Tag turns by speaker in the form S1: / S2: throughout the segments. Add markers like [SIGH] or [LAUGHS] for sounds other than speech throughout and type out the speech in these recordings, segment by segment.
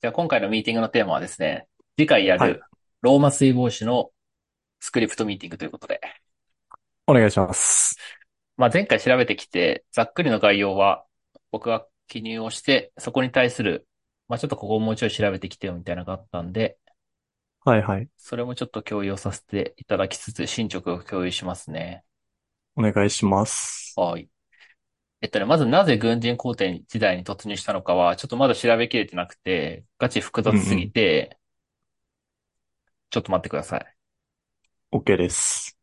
S1: じゃあ今回のミーティングのテーマはですね、次回や
S2: は
S1: る
S2: い。
S1: ローマ水防止のスクリプトミーティングということで。
S2: お願いします。
S1: まあ、前回調べてきて、ざっくりの概要は僕が記入をして、そこに対する、まあ、ちょっとここをもうちょい調べてきてよみたいなのがあったんで、
S2: はいはい。
S1: それもちょっと共有をさせていただきつつ、進捗を共有しますね。
S2: お願いします。
S1: はい。えっとね、まずなぜ軍人皇帝時代に突入したのかは、ちょっとまだ調べきれてなくて、ガチ複
S2: うん
S1: 雑
S2: う
S1: すぎ
S2: ん。
S1: て、ちょっと待ってください。
S2: OK です。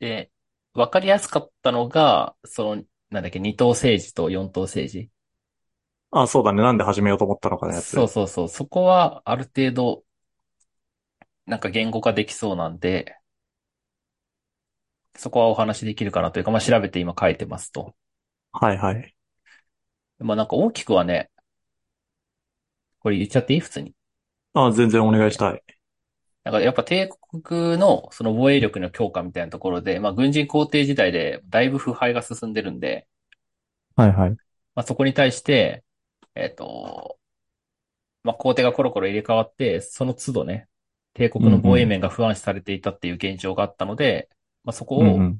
S1: で、わかりやすかったのが、その、なんだっけ、二党政治と四党政治。
S2: あ、そうだね。なんで始めようと思ったのかのや
S1: そう
S2: つ。
S1: そうそう。そこはある程度、なんか言語化できそうなんで、そこはお話できるかなというか、まあ調べて今書いてますと。
S2: はいはい。
S1: まあなんか大きくはね、これ言っちゃっていい普通に。
S2: あ、全然お願いしたい。
S1: なんかやっぱ帝国のその防衛力の強化みたいなところで、まあ軍人皇帝時代でだいぶ腐敗が進んでるんで、
S2: はいはい。
S1: まあそこに対して、えっと、まあ、皇帝がコロコロ入れ替わって、その都度ね、帝
S2: う
S1: 国
S2: ん
S1: の
S2: う
S1: 防衛
S2: ん。
S1: 面が不安視されていたっていう現状があったので、まあ、そこ
S2: うんう
S1: を、
S2: ん。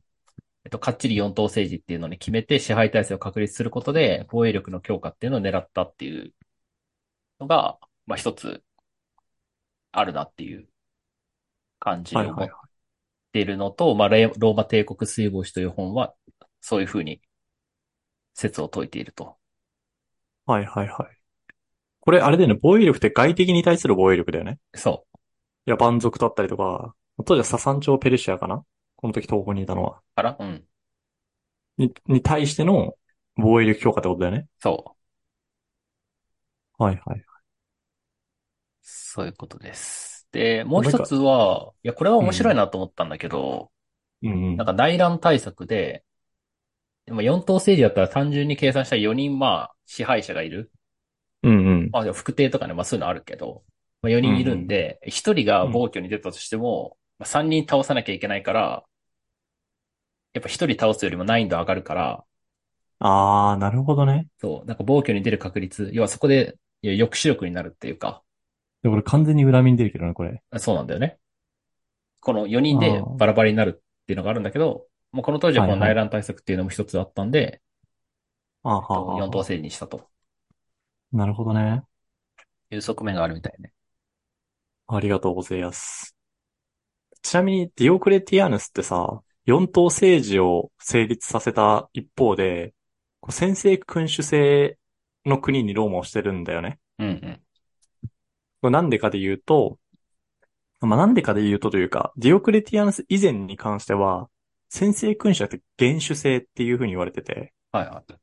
S1: えっと、かっちり四島政治っていうのに決めて支配体制を確立することで、防衛力の強化っていうのを狙ったっていうのが、まあ、一つあるなっていう感
S2: は
S1: じ
S2: い
S1: を
S2: は
S1: 持っ
S2: いはい。
S1: ているのと、まあ、レローマ帝国水防止という本は、そういうふうに説を解いていると。
S2: はいはいはい。これ、あれだよね。防衛力って外敵に対する防衛力だよね。
S1: そ
S2: いや、蛮族だったりとか、当時はササン朝ペルシアかなこの時東方にいたのは。
S1: う。かなうん。
S2: に、に対しての防衛力強化ってことだよね。
S1: そう。
S2: はいはい。
S1: そういうことです。で、もう
S2: なん
S1: 一
S2: か、
S1: つは、いや、これは
S2: う
S1: 面白い
S2: ん。
S1: なと思ったんだけど、
S2: うんう
S1: なん
S2: ん。
S1: か内乱対策で、まあ、4党政治だったら単純に計算したら4人まあ支配者がいる。
S2: うんうん。
S1: まあでも副帝とかね、まあそういうのあるけど、まあ、
S2: う
S1: 4人いるん
S2: ん
S1: で、1人が
S2: うん。うん
S1: 暴挙に出たとしても、まあ、3人倒さなきゃいけないから、やっぱ1人倒すよりも難易度上がるから、
S2: あー、なるほどね。
S1: そう、なんか暴挙に出る確率、要はそこでいや抑止力になるっていうか、
S2: で、俺完全に恨みに出るけどね、これ。
S1: そうなんだよね。この4人
S2: あ
S1: でバ
S2: ー。
S1: ラバラになるっていうのがあるんだけど、もうこの当時は
S2: は
S1: こ
S2: い
S1: の
S2: は
S1: 内
S2: い。
S1: 乱対策っていうのも一つあったんで、
S2: あは
S1: えっと、
S2: は
S1: 4党
S2: は。
S1: 制にしたと
S2: なるほどね。
S1: いう側面があるみたいね。
S2: ありがとうございます。ちなみに、ディオクレティアヌスってさ、四党政治を成立させた一方で、こう専制君主制の国にローマをしてるんだよね。
S1: うんうん。
S2: これなんでかで言うと、まあ、なんでかで言うとというか、ディオクレティアヌス以前に関しては、専制君主じゃなくて元首制っていうふうに言われてて、
S1: はいはい。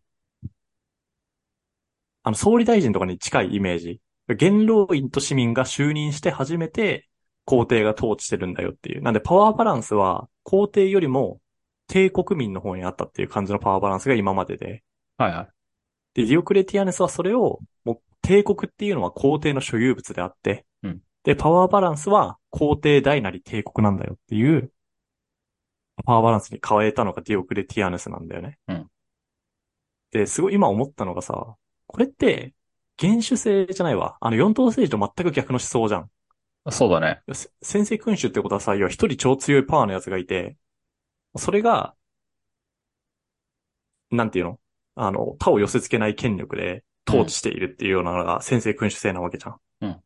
S2: あの、総理大臣とかに近いイメージ。元老院と市民が就任して初めて皇帝が統治してるんだよっていう。なんでパワーバランスは皇帝よりも帝国民の方にあったっていう感じのパワーバランスが今までで。
S1: はいはい。
S2: で、ディオクレティアネスはそれを、もう帝国っていうのは皇帝の所有物であって、
S1: うん。
S2: で、パワーバランスは皇帝大なり帝国なんだよっていうパワーバランスに変えたのがディオクレティアヌスなんだよね。
S1: うん。
S2: で、すごい今思ったのがさ、これって、元首制じゃないわ。あの、四党政治と全く逆の思想じゃん。
S1: そうだね。
S2: せ専制君主ってことはさ、要は一人超強いパワーのやつがいて、それが、なんていうのあの、他を寄せ付けない権力で
S1: う
S2: 統治
S1: ん。
S2: しているっていうようなのが専制君主制なわけじゃん。
S1: うん。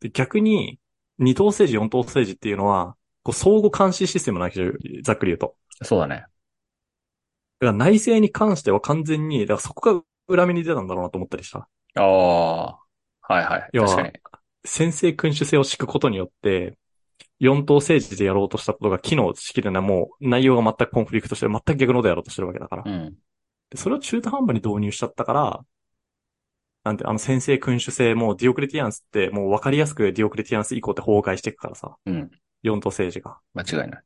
S2: で、逆に、二党政治、四党政治っていうのは、こう、相互監視システムなわけじゃんざっくり言うと。
S1: そうだね。
S2: だから内政に関しては完全に、だからそこが裏目に出たんだろうなと思ったりした。
S1: ああ。はいはい。
S2: 要
S1: 確か
S2: は、
S1: に。
S2: 専制君主制を敷くことによって、四党政治でやろうとしたことが機能しきれない、もう内容が全くコンフリクトしてる、全く逆のことをやろうとしてるわけだか
S1: う
S2: ら。
S1: ん。
S2: でそれを中途半端に導入しちゃったから、なんて、あの専制君主制もディオクレティアンスってもう分かりやすくディオクレティアンス以降って崩壊していくからさ、
S1: うん。
S2: 四党政治が。
S1: 間違いない。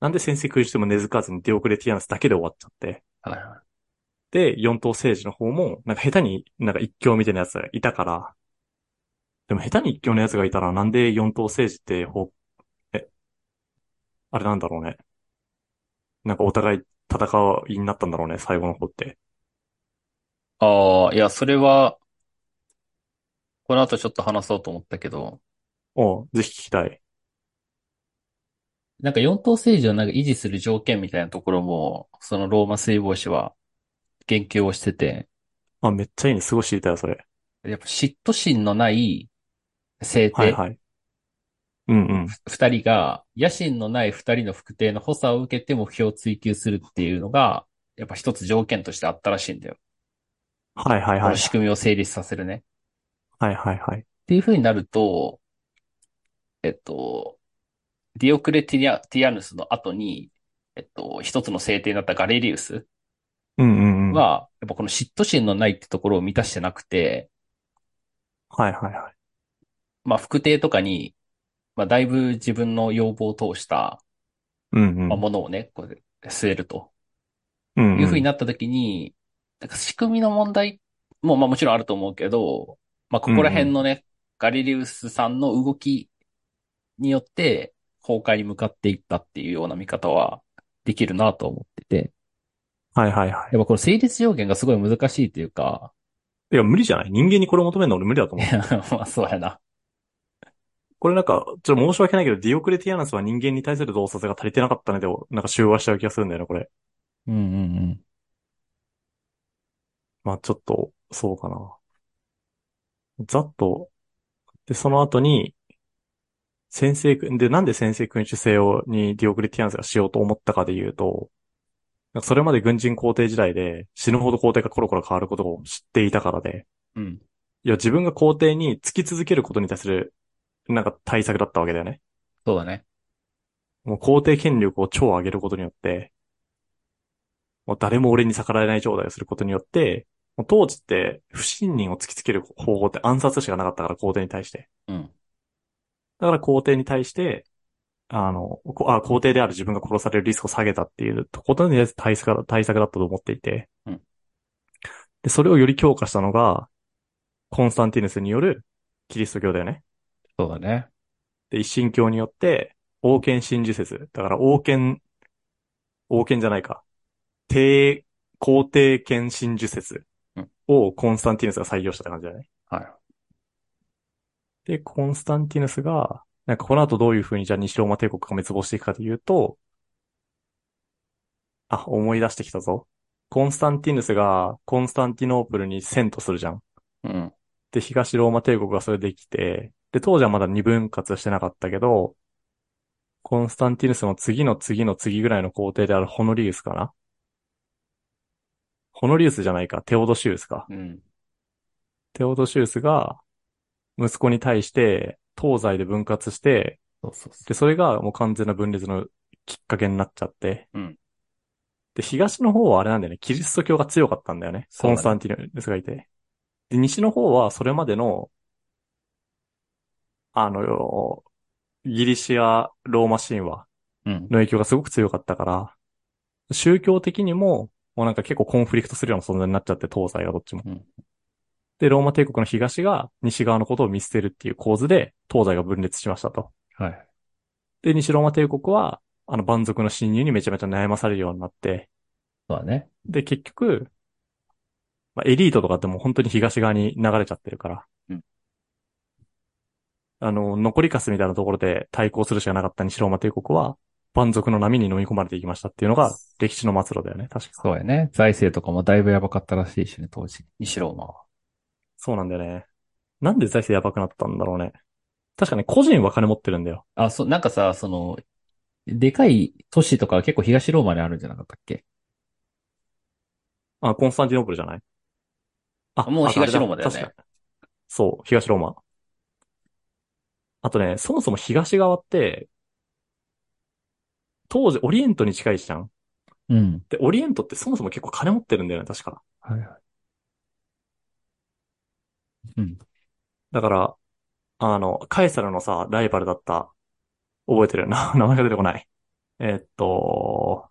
S2: なんで専制君主制も根付かずにディオクレティアンスだけで終わっちゃって、
S1: はいはい。
S2: で、四党政治の方も、なんか下手になんか一強みたいなやつがいたから、でも下手に一強のやつがいたらなんで四党政治ってほ、え、あれなんだろうね。なんかお互い戦いになったんだろうね、最後の方って。
S1: ああ、いや、それはこの後ちょっと話そうと思ったけど、
S2: おう、ぜひ聞きたい。
S1: なんか四島政治をなんか維持する条件みたいなところも、そのローマ水防止は言及をしてて、
S2: あ、めっちゃいいね。すごい知りたいよ、それ。
S1: やっぱ嫉妬心のない政
S2: はい
S1: 帝、
S2: はい。うんうん。
S1: 二人が、野心のない二人の副帝の補佐を受けて目標を追求するっていうのが、やっぱ一つ条件としてあったらしいんだよ。
S2: はいはい
S1: こ
S2: は
S1: の
S2: い。
S1: 仕組みを成立させるね。っ
S2: はいはいはい。
S1: ていう風になると、えっと、ディオクレティア、ティアヌスの後に、えっと、一つの聖帝になったガレリウス
S2: うんうんうん。
S1: は、やっぱこの嫉妬心のないってところを満たしてなくて、
S2: はいはいはい。
S1: まあ、副帝とかに、まあ、だいぶ自分の要望を通した、
S2: うんう
S1: まあ、
S2: ん。
S1: ものをね、こう、据えると
S2: う
S1: いう風
S2: んう。
S1: になんった時に、なんか仕組みの問題も、まあもちろんあると思うけど、まあこ
S2: う
S1: こら
S2: んう
S1: 辺
S2: ん。
S1: のね、ガリリウスさんの動きによって崩壊に向かっていったっていうような見方はできるなと思ってて、
S2: はいはいはい。
S1: やっぱこの成立要件がすごい難しいというか、 [LAUGHS]
S2: いや、無理じゃない人間にこれ求めるの俺無理だと
S1: い
S2: 思う。
S1: やまあそうやな。
S2: これなんか、ちょっと申し訳ないけど、ディオクレティアヌスは人間に対する洞察が足りてなかったねで、なんか終和しちゃう気がするんだよね、これ。
S1: うんうんうん。
S2: まあちょっと、そうかな。ざっと、で、その後に、先制君、で、なんで先制君主制を、にディオクレティアヌスがしようと思ったかで言うと、なんかそれまで軍人皇帝時代で、死ぬほど皇帝がコロコロ変わることを知っていたからで、
S1: うん。
S2: いや、自分が皇帝につき続けることに対する、なんか対策だったわけだよね。
S1: そうだね。
S2: もう皇帝権力を超上げることによって、もう誰も俺に逆らえない状態をすることによって、もう当時って不信任を突きつける方法って暗殺しかなかったから皇帝に対して。
S1: うん。
S2: だから皇帝に対して、あの、こあ、皇帝である自分が殺されるリスクを下げたっていうことに対する対策だ対策だったと思っていて、
S1: うん。
S2: で、それをより強化したのが、コンスタンティヌスによるキリスト教だよね。
S1: そうだね。
S2: で、一神教によって、王権真珠説。だから、王権、王権じゃないか。帝、皇帝権真珠説
S1: うん。
S2: をコンスタンティヌスが採用したって感じだね。
S1: はい。
S2: で、コンスタンティヌスが、なんかこの後どういう風にじゃあ西ローマ帝国が滅亡していくかというと、あ、思い出してきたぞ。コンスタンティヌスがコンスタンティノープルに遷都するじゃん。
S1: うん。
S2: で、東ローマ帝国がそれできて、で、当時はまだ二分割はしてなかったけど、コンスタンティヌスの次の次の次ぐらいの皇帝であるホノリウスかなホノリウスじゃないか、テオドシウスか。
S1: うん。
S2: テオドシウスが息子に対して東西で分割して、
S1: そうそうそ
S2: で、それがもう完全な分裂のきっかけになっちゃって、
S1: う。うん。
S2: で、東の方はあれなんだよね、キリスト教が強かったんだよね、コ
S1: そう
S2: ン
S1: だ
S2: スタ
S1: ね。
S2: ンティヌスがいて。で、西の方はそれまでの、あの、ギリシア、ローマ神話
S1: うん。
S2: の影響がすごく強かったから、宗教的にも、もうなんか結構コンフリクトするような存在になっちゃって、東西がどっちも。
S1: うん。
S2: で、ローマ帝国の東が西側のことを見捨てるっていう構図で、東西が分裂しましたと。
S1: はい。
S2: で、西ローマ帝国は、あの、蛮族の侵入にめちゃめちゃ悩まされるようになって、
S1: そうだね。
S2: で、結局、まあ、エリートとかってもう本当に東側に流れちゃってるから、
S1: うん。
S2: あの、残りカスみたいなところで対抗するしかなかった西ローマ帝国は、蛮族の波に飲み込まれていきましたっていうのが歴史の末路だよね、確か。
S1: そうやね。財政とかもだいぶやばかったらしいしね、当時。西ローマは。
S2: そうなんだよね。なんで財政やばくなったんだろうね。確かね、個人は金持ってるんだよ。
S1: あ、そう、なんかさ、その、でかい都市とかは結構東ローマにあるんじゃなかったっけ
S2: あ、コンスタンティノープルじゃないあ、
S1: もう
S2: あとあれ
S1: 東ローマ
S2: だ。
S1: だよ
S2: 確か。
S1: ね。
S2: そう、東ローマ。あとね、そもそも東側って、当時オリエントに近いじゃん。
S1: うん。
S2: で、オリエントってそもそも結構金持ってるんだよね、確か。
S1: はいはい。うん。
S2: だから、あの、カエサルのさ、ライバルだった、覚えてるよな、 [LAUGHS] 名前が出てこない。えーっと、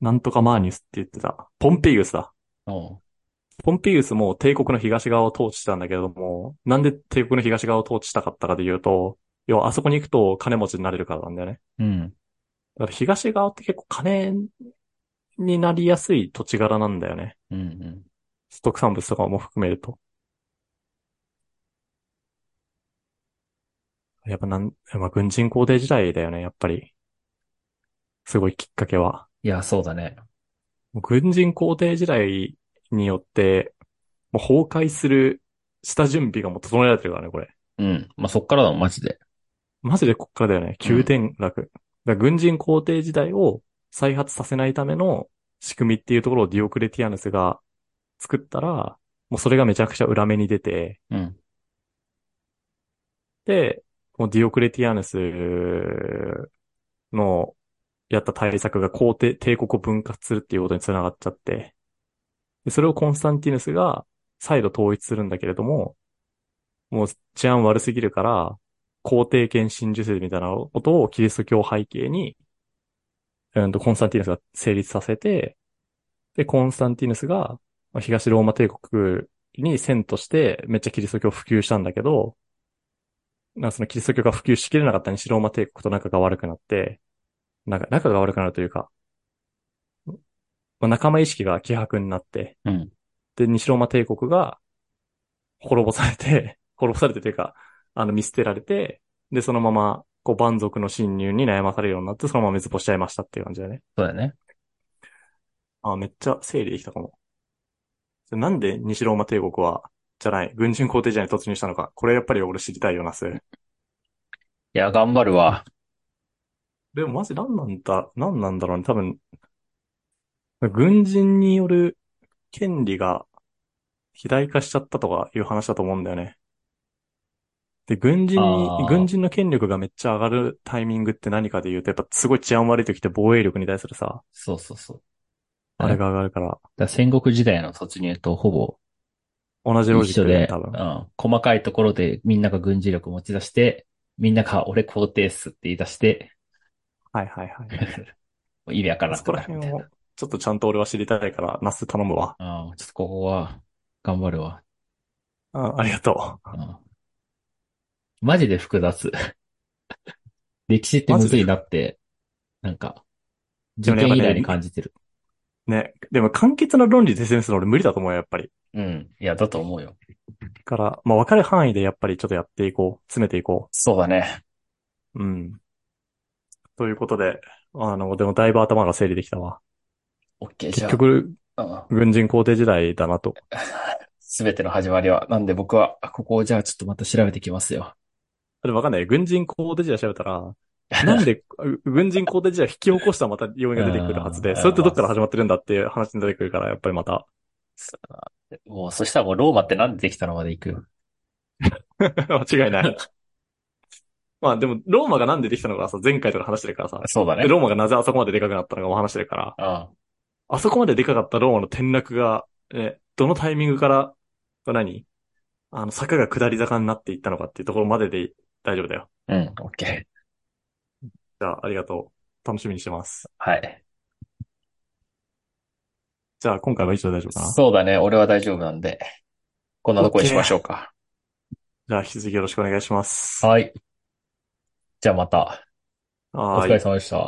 S2: なんとかマーニウスって言ってた。ポンペイウスだ。
S1: おう。
S2: ポンペイウスも帝国の東側を統治したんだけれども、なんで帝国の東側を統治したかったかで言うと、要はあそこに行くと金持ちになれるからなんだよね。
S1: うん。
S2: だから東側って結構金になりやすい土地柄なんだよね。
S1: うんうん。
S2: 特産物とかも含めると。やっぱなん、まあ、軍人皇帝時代だよね、やっぱり。すごいきっかけは。
S1: いや、そうだね。
S2: もう軍人皇帝時代によって、もう崩壊する、下準備がもう整えられてるからね、これ。
S1: うん。まあ、そっからだもん、マジで。
S2: マジでこっからだよね。
S1: う
S2: 急
S1: ん。
S2: 転落。だから軍人皇帝時代を再発させないための仕組みっていうところをディオクレティアヌスが作ったら、もうそれがめちゃくちゃ裏目に出て、
S1: うん。
S2: で、もうディオクレティアヌスのやった対策が皇帝、帝国を分割するっていうことにつながっちゃって、でそれをコンスタンティヌスが再度統一するんだけれども、もう治安悪すぎるから、皇帝権真珠説みたいなことをキリスト教を背景に、うんと、コンスタンティヌスが成立させて、で、コンスタンティヌスがまあ東ローマ帝国に遷都してめっちゃキリスト教を普及したんだけど、なんかそのキリスト教が普及しきれなかった西ローマ帝国と仲が悪くなって、なんか仲が悪くなるというか、まあ仲間意識が希薄になって、
S1: うん。
S2: で、西ローマ帝国が滅ぼされて、 [LAUGHS] 滅ぼされてというか、あの、見捨てられて、で、そのまま、こう、蛮族の侵入に悩まされるようになって、そのまま滅亡しちゃいましたっていう感じだね。
S1: そうだよね。
S2: あ、めっちゃ整理できたかも。でなんで西ローマ帝国は、じゃない、軍人皇帝時代に突入したのか、これやっぱり俺知りたいよな、す。
S1: いや、頑張るわ。
S2: でもマジ何なんだ、何なんだろうね。多分、軍人による権利が肥大化しちゃったとかいう話だと思うんだよね。で、軍人に、軍
S1: ああ、
S2: 人の権力がめっちゃ上がるタイミングって何かで言うと、やっぱすごい治安悪い時って防衛力に対するさ、
S1: そうそうそう。だ
S2: あ
S1: ね。
S2: れ
S1: だか
S2: が上がるから、
S1: ら戦国時代の突入とほぼ
S2: 同じロ
S1: 一
S2: ジッ
S1: 緒
S2: クだよね、多
S1: で、
S2: 分。
S1: うん、細かいところでみんなが軍事力持ち出して、みんなが俺皇帝っすって言い出して、 [LAUGHS]
S2: はいはいは
S1: も
S2: い。
S1: う意味わからな
S2: そ
S1: く
S2: こら
S1: なるみ
S2: 辺
S1: たい
S2: を、ちょっとちゃんと俺は知りたいから、ナス頼むわ。
S1: な。うん、ちょっとここは、頑張るわ。
S2: うん、ありがとう。
S1: うん、マジで複雑。 [LAUGHS] 歴史って
S2: マ
S1: む
S2: ジ
S1: ず
S2: で
S1: い
S2: ふ、
S1: なって、なんか、
S2: で
S1: 受験
S2: もね、やっぱ
S1: 以来
S2: ね、
S1: に
S2: り
S1: 感じてる。
S2: ね、でも簡潔な論理で説明するの俺無理だと思うよ、やっぱり。
S1: うん。いや、だと思うよ。
S2: から、まあ、わかる範囲でやっぱりちょっとやっていこう。詰めていこ
S1: そうだね。
S2: う。うん。ということで、あの、でもだいぶ頭が整理できたわ。
S1: OK、じ
S2: 結
S1: ゃ
S2: 局、
S1: あ、うん。
S2: 軍人皇帝時代だなと。
S1: すべての始まりは。なんで僕は、ここをじゃあちょっとまた調べてきますよ。
S2: でもわかんない。軍人皇帝時代調べ
S1: [LAUGHS]
S2: たら、なんでう軍人皇帝時代引き起こしたまた要因
S1: う
S2: が
S1: ん、
S2: 出てくるはずで、それって
S1: ま
S2: どっ
S1: あ、
S2: から始まってるんだっていう話に出てくるから、やっぱりまた。 [LAUGHS]
S1: そもう、そしたらもうローマってなんでできたのまで行くよ。
S2: 間違いない。まあでも、ローマがなんでできたのかさ、前回とか話してるからさ。
S1: そうだ
S2: で、
S1: ね。
S2: ローマがなぜあそこまででかくなったのかも話してるから、
S1: ああ、
S2: あそこまででかかったローマの転落が、え、どのタイミングから、何あの、坂が下り坂になっていったのかっていうところまでで大丈夫だよ。
S1: うん、OK。
S2: じゃあ、ありがとう。楽しみにしてます。
S1: はい。
S2: じゃあ、今回は以上で大丈夫かな
S1: そうだね。俺は大丈夫なんで、こんな
S2: オ
S1: と
S2: ッ
S1: こに
S2: ケ
S1: しま
S2: ー。
S1: しょうか。
S2: じゃあ、引き続きよろしくお願いします。
S1: はい。じゃあまた、お
S2: は
S1: 疲
S2: ー
S1: れ
S2: い。
S1: 様でした。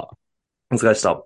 S2: お疲れでした。